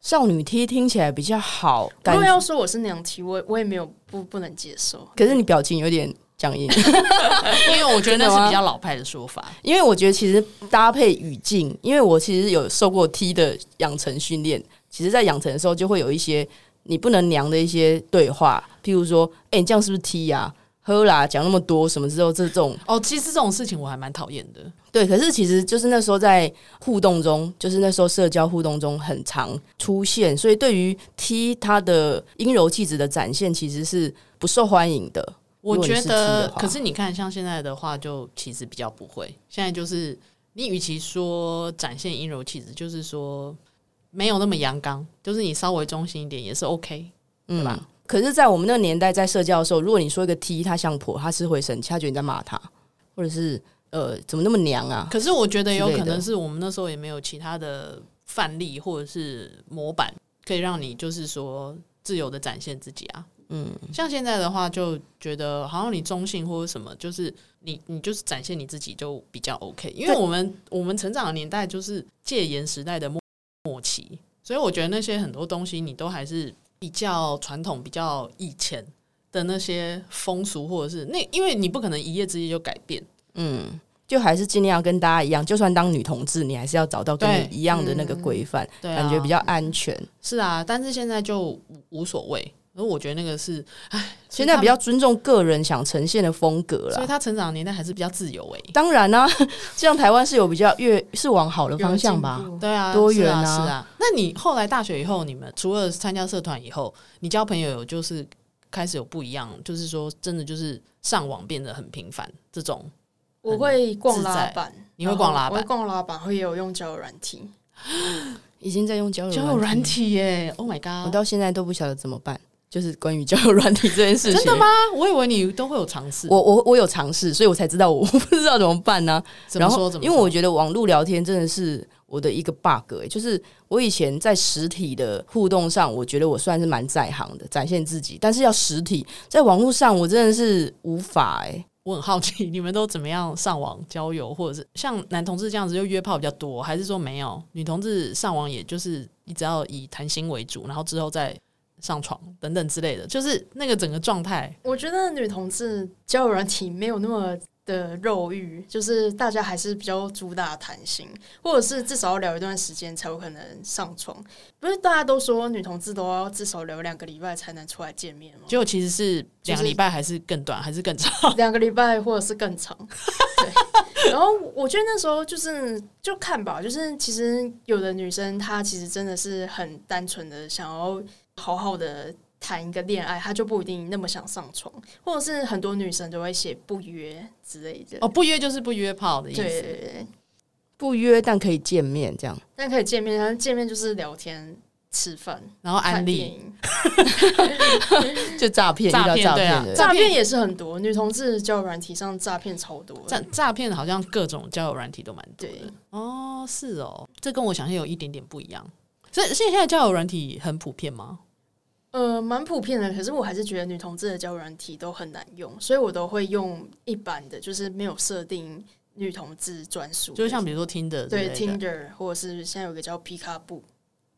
S9: 少女 T 听起来比较好。
S10: 如
S9: 感
S10: 果
S9: 觉
S10: 要说我是娘 T，我我也没有不不能接受。
S9: 可是你表情有点僵硬，
S8: 因为我觉
S9: 真
S8: 得
S9: 的
S8: 那
S9: 吗
S8: 是比较老派的说法。
S9: 因为我觉得其实搭配语境，因为我其实有受过 T 的养成训练，其实在养成的时候就会有一些你不能娘的一些对话，譬如说，哎、你这样是不是 T 呀、喝啦，讲那么多什么之后，这种
S8: 哦，其实这种事情我还蛮讨厌的，
S9: 对，可是其实就是那时候在互动中，就是那时候社交互动中很常出现，所以对于 T 他的阴柔气质的展现，其实是不受欢迎的。
S8: 我
S9: 如果你
S8: 觉
S9: 是 T
S8: 得
S9: 的，话
S8: 可是你看，像现在的话，就其实比较不会。现在就是你，与其说展现阴柔气质，就是说没有那么阳刚，就是你稍微中性一点也是 OK。
S9: 嗯
S8: 吧
S9: 可是，在我们那个年代，在社交的时候，如果你说一个 T 他像婆，他是会生气，他觉得你在骂他，或者是呃，怎么那么娘啊？
S8: 可是我觉得有
S9: 之类
S8: 可
S9: 的
S8: 能是我们那时候也没有其他的范例或者是模板，可以让你就是说自由的展现自己啊。
S9: 嗯，
S8: 像现在的话，就觉得好像你中性或者什么，就是你你就是展现你自己就比较 OK。因为
S9: 对
S8: 我们我们成长的年代就是戒严时代的末末期，所以我觉得那些很多东西你都还是比较传统、比较以前的那些风俗，或者是那因为你不可能一夜之间就改变。
S9: 嗯，就还是尽量跟大家一样，就算当女同志，你还是要找到跟
S8: 对
S9: 你一样的那个规范，
S8: 对啊
S9: 感觉比较安全。
S8: 是啊，但是现在就无无所谓。而我觉得那个是，哎，所
S9: 现
S8: 以
S9: 在
S8: 他
S9: 比较尊重个人想呈现的风格
S8: 所以
S9: 了。
S8: 他成长的年代还是比较自由哎、
S9: 当然啦、 这样台湾是有比较越是往好的
S10: 有
S9: 方向吧
S10: 进。步
S8: 对啊，
S9: 多
S8: 是
S9: 元
S8: 啊
S9: 啊
S8: 是啊。那你后来大学以后，你们除了参加社团以后，你交朋友有就是开始有不一样，就是说真的就是上网变得很频繁这种。
S10: 我会逛拉
S8: 自
S10: 板，
S8: 你会逛拉
S10: 然后我
S8: 板
S10: 会逛拉板，会有用交友软体。
S9: 已经在用交友
S8: 交友软
S9: 体，啊
S8: 体耶，Oh my
S9: 嗯我
S8: god！
S9: 到现在都不晓得怎么办。就是关于交友软体这件 事情，
S8: 真的吗？啊我以为你都会有尝试。
S9: 我我我有 尝试，所以我才知道我我不知道怎么办呢、
S8: 怎
S9: 然
S8: 么说
S9: 后
S8: 怎么说？
S9: 因为我觉得网络聊天真的是我的一个 bug，、欸、就是我以前在实体的互动上，我觉得我算是蛮在行的，展现自己，但是要实体，在网络上我真的是无法哎、欸。
S8: 我很好奇，你们都怎么样上网交友，或者是像男同志这样子就约炮比较多，还是说没有女同志上网，也就是你只要以谈心为主，然后之后再上床等等之类的，就是那个整个状态。
S10: 我觉得女同志交友软体没有那么的肉欲，就是大家还是比较主打谈心，或者是至少要聊一段时间才有可能上床。不是大家都说女同志都要至少聊两个礼拜才能出来见面吗？
S8: 结果其实是两个礼拜还是更短，还是更长？
S10: 两个礼拜或者是更长。对，然后我觉得那时候就是就看吧，就是其实有的女生她其实真的是很单纯的想要好好的谈一个恋爱，她就不一定那么想上床，或者是很多女生都会写不约之类的。
S8: 哦，不约就是不约炮的意思。
S10: 对对对，
S9: 不约但可以见面这样。
S10: 但可以见面，然后见面就是聊天。吃饭，
S8: 然后安利，
S9: 就诈骗，诈骗
S8: 对啊，
S10: 诈骗也是很多。女同志交友软体上诈骗超多，
S8: 诈诈骗好像各种交友软体都蛮多
S10: 的。
S8: 哦，是哦，这跟我想象有一点点不一样。所以现在交友软体很普遍吗？
S10: 呃，蛮普遍的，可是我还是觉得女同志的交友软体都很难用，所以我都会用一般的，就是没有设定女同志专属，
S8: 就像比如说 Tinder，
S10: 对 Tinder，或者是现在有个叫皮卡布。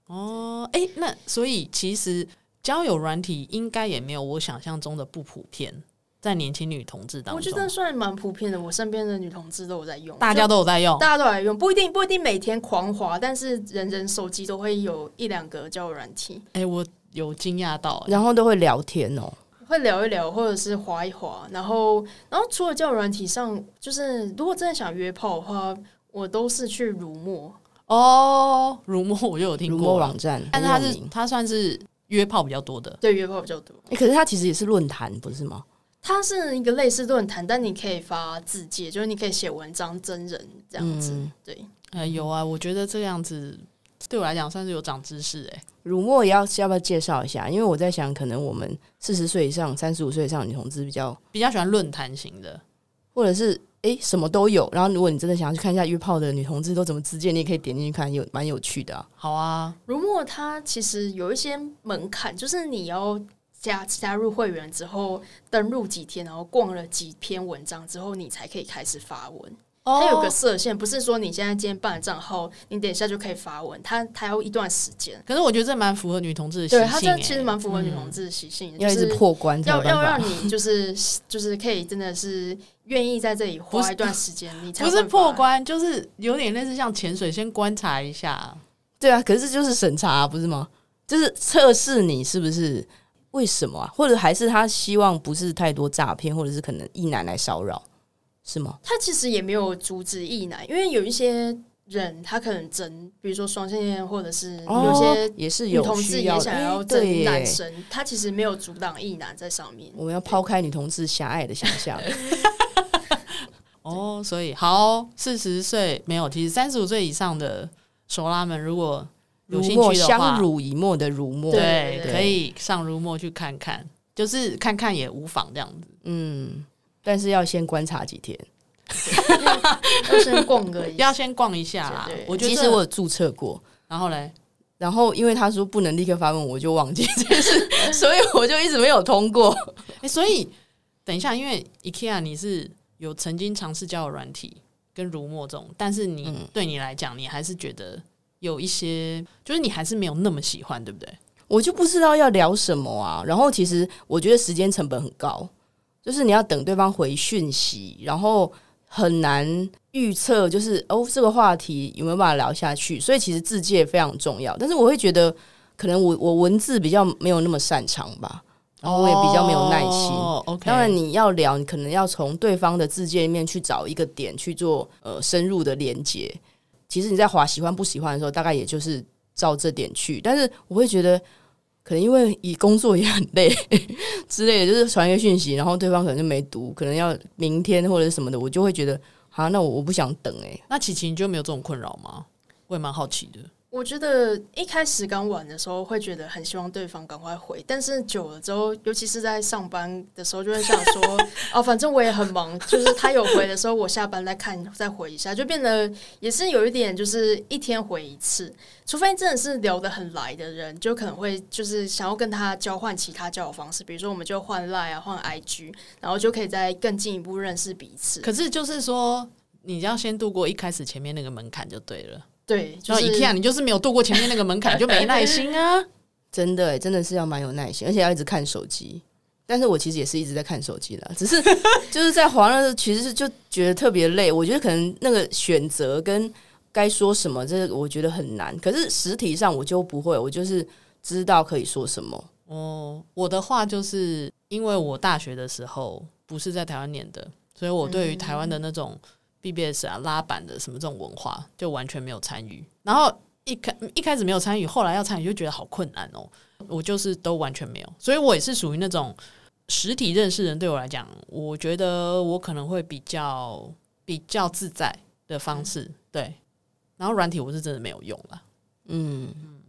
S8: 哦，哎、欸，那所以其实交友软体应该也没有我想象中的不普遍，在年轻女同志当中，
S10: 我觉得算蛮普遍的。我身边的女同志都有在用，
S8: 大家都有在用，
S10: 大家都在用，不一定不一定每天狂滑，但是人人手机都会有一两个交友软体。
S8: 哎、欸，我有惊讶到、欸，
S9: 然后都会聊天哦，
S10: 会聊一聊，或者是滑一滑，然后然后除了交友软体上，就是如果真的想约炮的话，我都是去如墨。
S8: 哦，如墨我就有听过，啊
S9: 如墨网站，
S8: 但是它是它算是约炮比较多的，
S10: 对约炮比较多。
S9: 欸、可是它其实也是论坛，不是吗？
S10: 它是一个类似论坛，但你可以发字界，就是你可以写文章、真人这样子。嗯、对，
S8: 哎、呃、有啊，我觉得这样子对我来讲算是有长知识哎、欸。
S9: 如墨也要要不要介绍一下？因为我在想，可能我们四十岁以上、三十五岁以上女同志比较
S8: 比较喜欢论坛型的，
S9: 或者是。哎、欸，什么都有。然后，如果你真的想要去看一下约炮的女同志都怎么自荐，你也可以点进去看，有蛮有趣的、啊。
S8: 好啊，
S10: 如墨它其实有一些门槛，就是你要加加入会员之后，登录几天，然后逛了几篇文章之后，你才可以开始发文。
S8: 哦
S10: 它有个设限，不是说你现在今天办了账号，你等一下就可以发文，它它要一段时间。
S8: 可是我觉得这蛮符合女同志的习性、欸，
S10: 对，它这其实蛮符合女同志的习性、嗯
S9: 就是，要一直破关，
S10: 要要让你就是就是可以真的是愿意在这里花一段时间，你才
S8: 不是破关，就是有点类似像潜水，先观察一下。
S9: 对啊，可是就是审查、啊、不是吗？就是测试你是不是为什么啊？或者还是他希望不是太多诈骗，或者是可能一男来骚扰。是吗？
S10: 他其实也没有阻止异男，因为有一些人他可能真，比如说双性恋，或者是嗯有些
S9: 也哦是有
S10: 同志也想要
S9: 真
S10: 男生，他其实没有阻挡异男在上面。
S9: 我们要抛开女同志狭隘的想 象。
S8: 哦，所以好，四十岁没有，其实三十五岁以上的手拉们，如果有兴趣的
S9: 话，相濡以沫的如墨，
S8: 对，可以上如墨去看看，就是看看也无妨这样子。
S9: 嗯。但是要先观察几天，
S10: 要先 逛个，
S8: 要先逛一下啦。我
S9: 其实我有注册过，
S8: 然后嘞，
S9: 然后因为他说不能立刻发问，我就忘记这件事，所以我就一直没有通过。
S8: 哎、欸，所以等一下，因为 IKEA 你是有曾经尝试交友软体跟如墨这种，但是你、嗯、对你来讲，你还是觉得有一些，就是你还是没有那么喜欢，对不对？
S9: 我就不知道要聊什么啊。然后其实我觉得时间成本很高。就是你要等对方回讯息，然后很难预测，就是哦这个话题有没有办法聊下去。所以其实字界非常重要，但是我会觉得可能我我文字比较没有那么擅长吧，然后我也比较没有耐心。
S8: Oh, OK，
S9: 当然你要聊，你可能要从对方的字界里面去找一个点去做呃深入的连接。其实你在划喜欢不喜欢的时候，大概也就是照这点去，但是我会觉得。可能因为以工作也很累 之类的，就是传一个讯息，然后对方可能就没读，可能要明天或者什么的，我就会觉得，啊，那我我不想等哎、欸。
S8: 那琪琪你就没有这种困扰吗？我也蛮好奇的。
S10: 我我觉得一开始刚玩的时候会觉得很希望对方赶快回，但是久了之后，尤其是在上班的时候，就会想 说哦，反正我也很忙，就是他有回的时候，我下班再看再回一下，就变得也是有一点就是一天回一次，除非真的是聊得很来的人，就可能会就是想要跟他交换其他交友方式，比如说我们就换 Line 啊，换 IG，然后就可以再更进一步认识彼此。
S8: 可是就是说，你要先度过一开始前面那个门槛就对了。
S10: 对，就
S8: 然后
S10: 是
S8: IKEA 你就是没有度过前面那个门槛，你就没耐心啊。
S9: 真的、欸，真的是要蛮有耐心，而且要一直看手机。但是我其实也是一直在看手机啦，只 是就是在滑的时候，其实是就觉得特别累。我觉得可能那个选择跟该说什么，这个我觉得很难。可是实体上我就不会，我就是知道可以说什么。
S8: 哦，我的话就是因为我大学的时候不是在台湾念的，所以我对于台
S9: 嗯
S8: 湾的那种 BBS 啊、拉板的什么这种文化就完全没有参与。然后一开一开始没有参与，后来要参与就觉得好困难哦。我就是都完全没有，所以我也是属于那种实体认识人，对我来讲，我觉得我可能会比较比较自在的方式，对。然后软体我是真的没有用了，
S9: 嗯，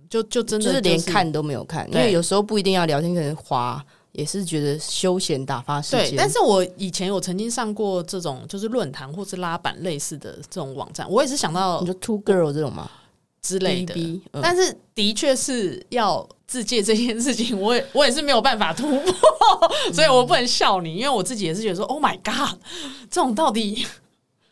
S8: 就就真的
S9: 就是连
S8: 是
S9: 看都没有看，因
S8: 对
S9: 为有时候不一定要聊天，可能滑也是觉得休闲打发时
S8: 对，
S9: 间。
S8: 但是我以前有曾经上过这种就是论坛或是拉板类似的这种网站，我也是想到
S9: 你说 Two Girl 这种嘛，
S8: 之类的，
S9: BB，嗯
S8: 但是的确是要自戒这件事情， 我也我也是没有办法突破， 所以我不能笑你，因为我自己也是觉得说，Oh my God，这种到底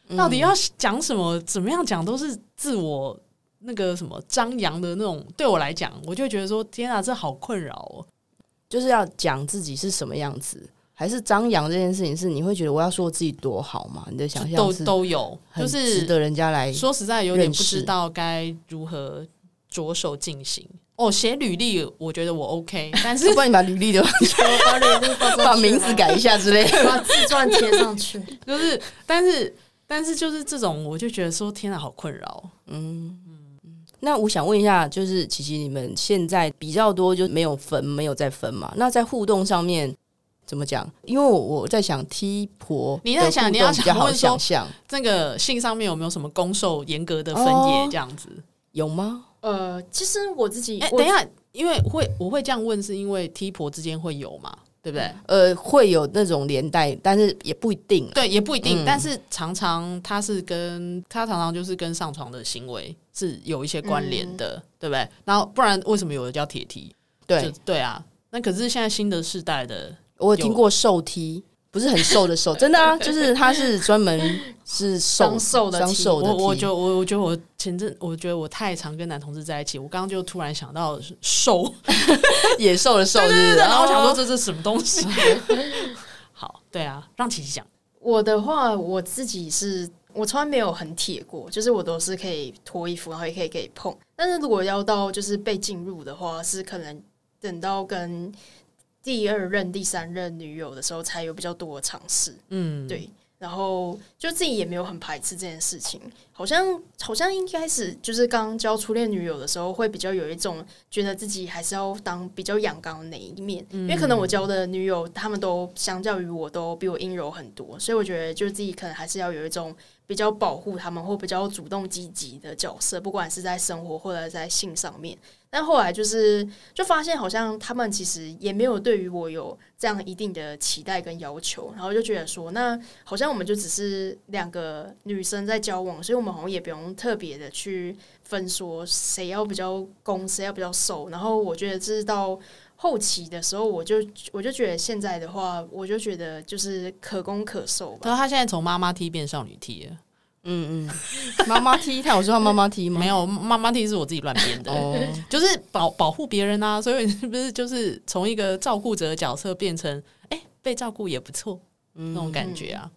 S9: 嗯
S8: 到底要讲什么，怎么样讲都是自我那个什么张扬的那种，对我来讲，我就会觉得说，天啊，这好困扰哦。
S9: 就是要讲自己是什么样子，还是张扬这件事情是你会觉得我要说我自己多好嘛？你的想象
S8: 都
S9: 是
S8: 都有，
S9: 很
S8: 就是
S9: 值得人家来
S8: 说实在有点
S9: 认
S8: 不知
S9: 识
S8: 道该如何着手进行。哦，写履历我觉得我 OK，但 是
S9: 不然你把履 历的
S10: 把脸部包装起来
S9: 把名字改一下之类的。
S10: 把自传贴上去。
S8: 就是但是但是就是这种，我就觉得说天啊，好困扰。
S9: 嗯那我想问一下，就是琪琪，你们现在比较多就没有分，没有再分嘛？那在互动上面怎么讲？因为我我在想踢婆，
S8: 你在想你要
S9: 比较
S8: 想
S9: 好
S8: 问说
S9: 想象
S8: 这个信上面有没有什么攻受严格的分野
S9: 哦
S8: 这样子？
S9: 有吗？
S10: 呃，其实我自己，
S8: 哎、
S10: 我
S8: 等一下，因为会我会这样问，是因为 T 婆之间会有嘛，对不对？
S9: 呃，会有那种连带，但是也不一定啦。
S8: 对，也不一定，
S9: 嗯
S8: 但是常常他是跟他常常就是跟上床的行为是有一些关联的，对不对？然后不然为什么有的叫铁梯？
S9: 对
S8: 就，对啊，那可是现在新的世代的，
S9: 我有听过瘦踢，不是很瘦的 瘦，真的啊，就是他是专门是瘦
S10: 当瘦的踢
S9: 当瘦的
S8: 我
S9: 踢，
S8: 我就我我觉得我前阵我觉得我太常跟男同志在一起，我刚刚就突然想到瘦，
S9: 野 兽的瘦，
S8: 对
S9: 是不
S8: 对
S9: 是
S8: 对，然后我想说
S9: 哦
S8: 这是什么东 西？好，对啊，让琪琪讲，
S10: 我的话，我自己是我从来没有很铁过，就是我都是可以脱衣服，然后也可以给碰。但是如果要到就是被进入的话，是可能等到跟第二任、第三任女友的时候才有比较多的尝试。
S8: 嗯，
S10: 对，然后就自己也没有很排斥这件事情，好像好像一开始就是刚交初恋女友的时候，会比较有一种觉得自己还是要当比较阳刚的那一面，因为可能我交的女友她们都相较于我都比我阴柔很多，所以我觉得就是自己可能还是要有一种比较保护她们或比较主动积极的角色，不管是在生活或者在性上面。但后来就是就发现好像他们其实也没有对于我有这样一定的期待跟要求，然后就觉得说，那好像我们就只是两个女生在交往，所以我们好像也不用特别的去分说谁要比较攻，谁要比较受。然后我觉得这是到后期的时候，我就我就觉得现在的话，我就觉得就是可攻可受吧。
S8: 然后他现在从妈妈 T 变少女 T 了，
S9: 嗯嗯，妈妈踢，他有说他妈妈踢吗？
S8: 没有妈妈 T 是我自己乱编的，
S9: 哦，
S8: 就是保保护别人啊，所以是不是就是从一个照顾者的角色变成哎、被照顾也不错那种感觉啊？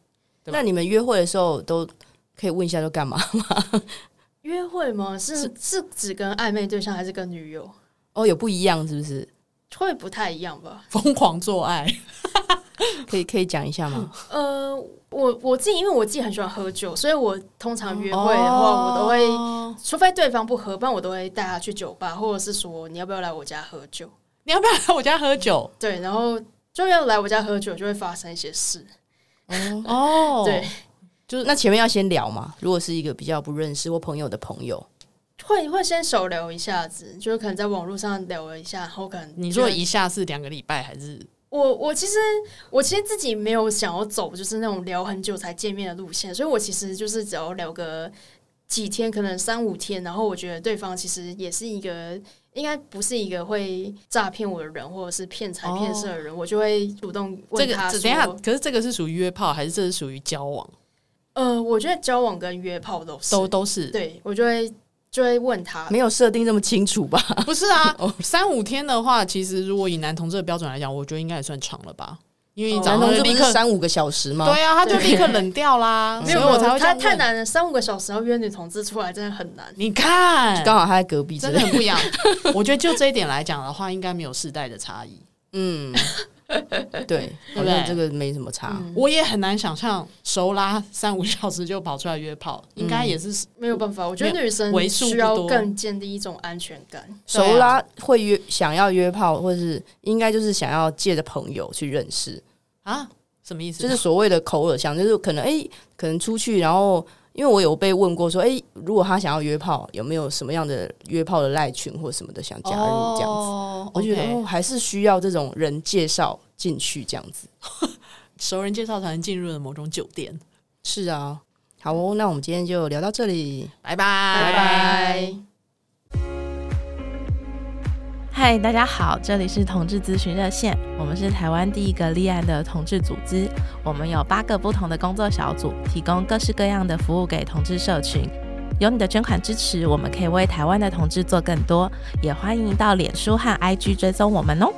S8: 对
S9: 嗯
S8: 吧
S9: 那你们约会的时候都可以问一下都干嘛吗？
S10: 约会吗？是是指跟暧昧对象还是跟女友？
S9: 哦，有不一样是不是？
S10: 会不太一样吧？
S8: 疯狂做爱，
S9: 可以可以讲一下 吗？
S10: 呃，我我自己因为我自己很喜欢喝酒，所以我通常约会的话，
S8: 哦
S10: 我都会，除非对方不喝，不然我都会带他去酒吧，或者是说你要不要来我家喝酒？
S8: 你要不要来我家喝酒？
S10: 对，然后就要来我家喝酒，就会发生一些事。
S9: 哦，
S8: 哦
S10: 对，
S9: 就是那前面要先聊嘛。如果是一个比较不认识或朋友的朋友，
S10: 会会先手聊一下子，就是可能在网络上聊了一下，然后可能
S8: 你
S10: 觉得
S8: 说一下是两个礼拜还是？
S10: 我我其实我其实自己没有想要走就是那种聊很久才见面的路线，所以我其实就是只要聊个几天，可能三五天，然后我觉得对方其实也是一个应该不是一个会诈骗我的人，或者是骗财骗色的人，我就会主动
S8: 哦这
S10: 问
S8: 个
S10: 他
S8: 只
S10: 说：“
S8: 等一下，可是这个是属于约炮还是这是属于交往？
S10: 呃，我觉得交往跟约炮都是
S8: 都都是，
S10: 对我就会就会问
S8: 啊
S10: 他，
S9: 没有设定这么清楚吧？
S8: 不是 啊？
S10: 哦
S8: 三五天的话，其实如果以男同志的标准来讲，我觉得应该也算长了吧，因
S10: 哦
S8: 为你早
S9: 男
S8: 上
S9: 同
S8: 就
S9: 志不
S8: 立
S9: 是
S8: 刻，
S9: 三五个小时吗？
S8: 对啊，他就
S10: 对
S8: 立刻冷掉啦，
S10: 没
S8: 所以
S10: 有
S8: 我才会这
S10: 他
S8: 样
S10: 太
S8: 问。
S10: 难了，三五个小时要约女同志出来真的很难。
S8: 你看，
S9: 刚好他在隔壁之
S8: 真
S9: 类
S8: 的
S9: 的，
S8: 很不一样。 我觉得就这一点来讲的话，应该没有世代的差异。
S9: 嗯，对，
S8: 对
S9: 好
S8: 不对
S9: 像这个没什么差。
S10: 嗯
S8: 我也很难想象熟拉三五小时就跑出来约炮，应该也是
S10: 没有办法，我觉得女生
S8: 为数不
S10: 需要
S8: 多
S10: 更建立一种安全感。
S9: 熟拉会约想要约炮，或者是应该就是想要借着朋友去认识，
S8: 啊，什么意思？
S9: 就是所谓的口耳相，就是可能哎、可能出去，然后因为我有被问过说，哎、如果他想要约炮，有没有什么样的约炮的赖群或什么的想加入这样子？
S8: 哦
S9: 我觉得
S8: OK
S9: 哦，还是需要这种人介绍进去这样子。
S8: 熟人介绍才能进入的某种酒店。
S9: 是啊，好哦，那我们今天就聊到这里。
S8: 拜拜
S10: 拜拜。
S11: 嗨，大家好，这里是同志咨询热线，我们是台湾第一个立案的同志组织，我们有八个不同的工作小组，提供各式各样的服务给同志社群。有你的捐款支持，我们可以为台湾的同志做更多，也欢迎到脸书和 IG 追踪我们哦。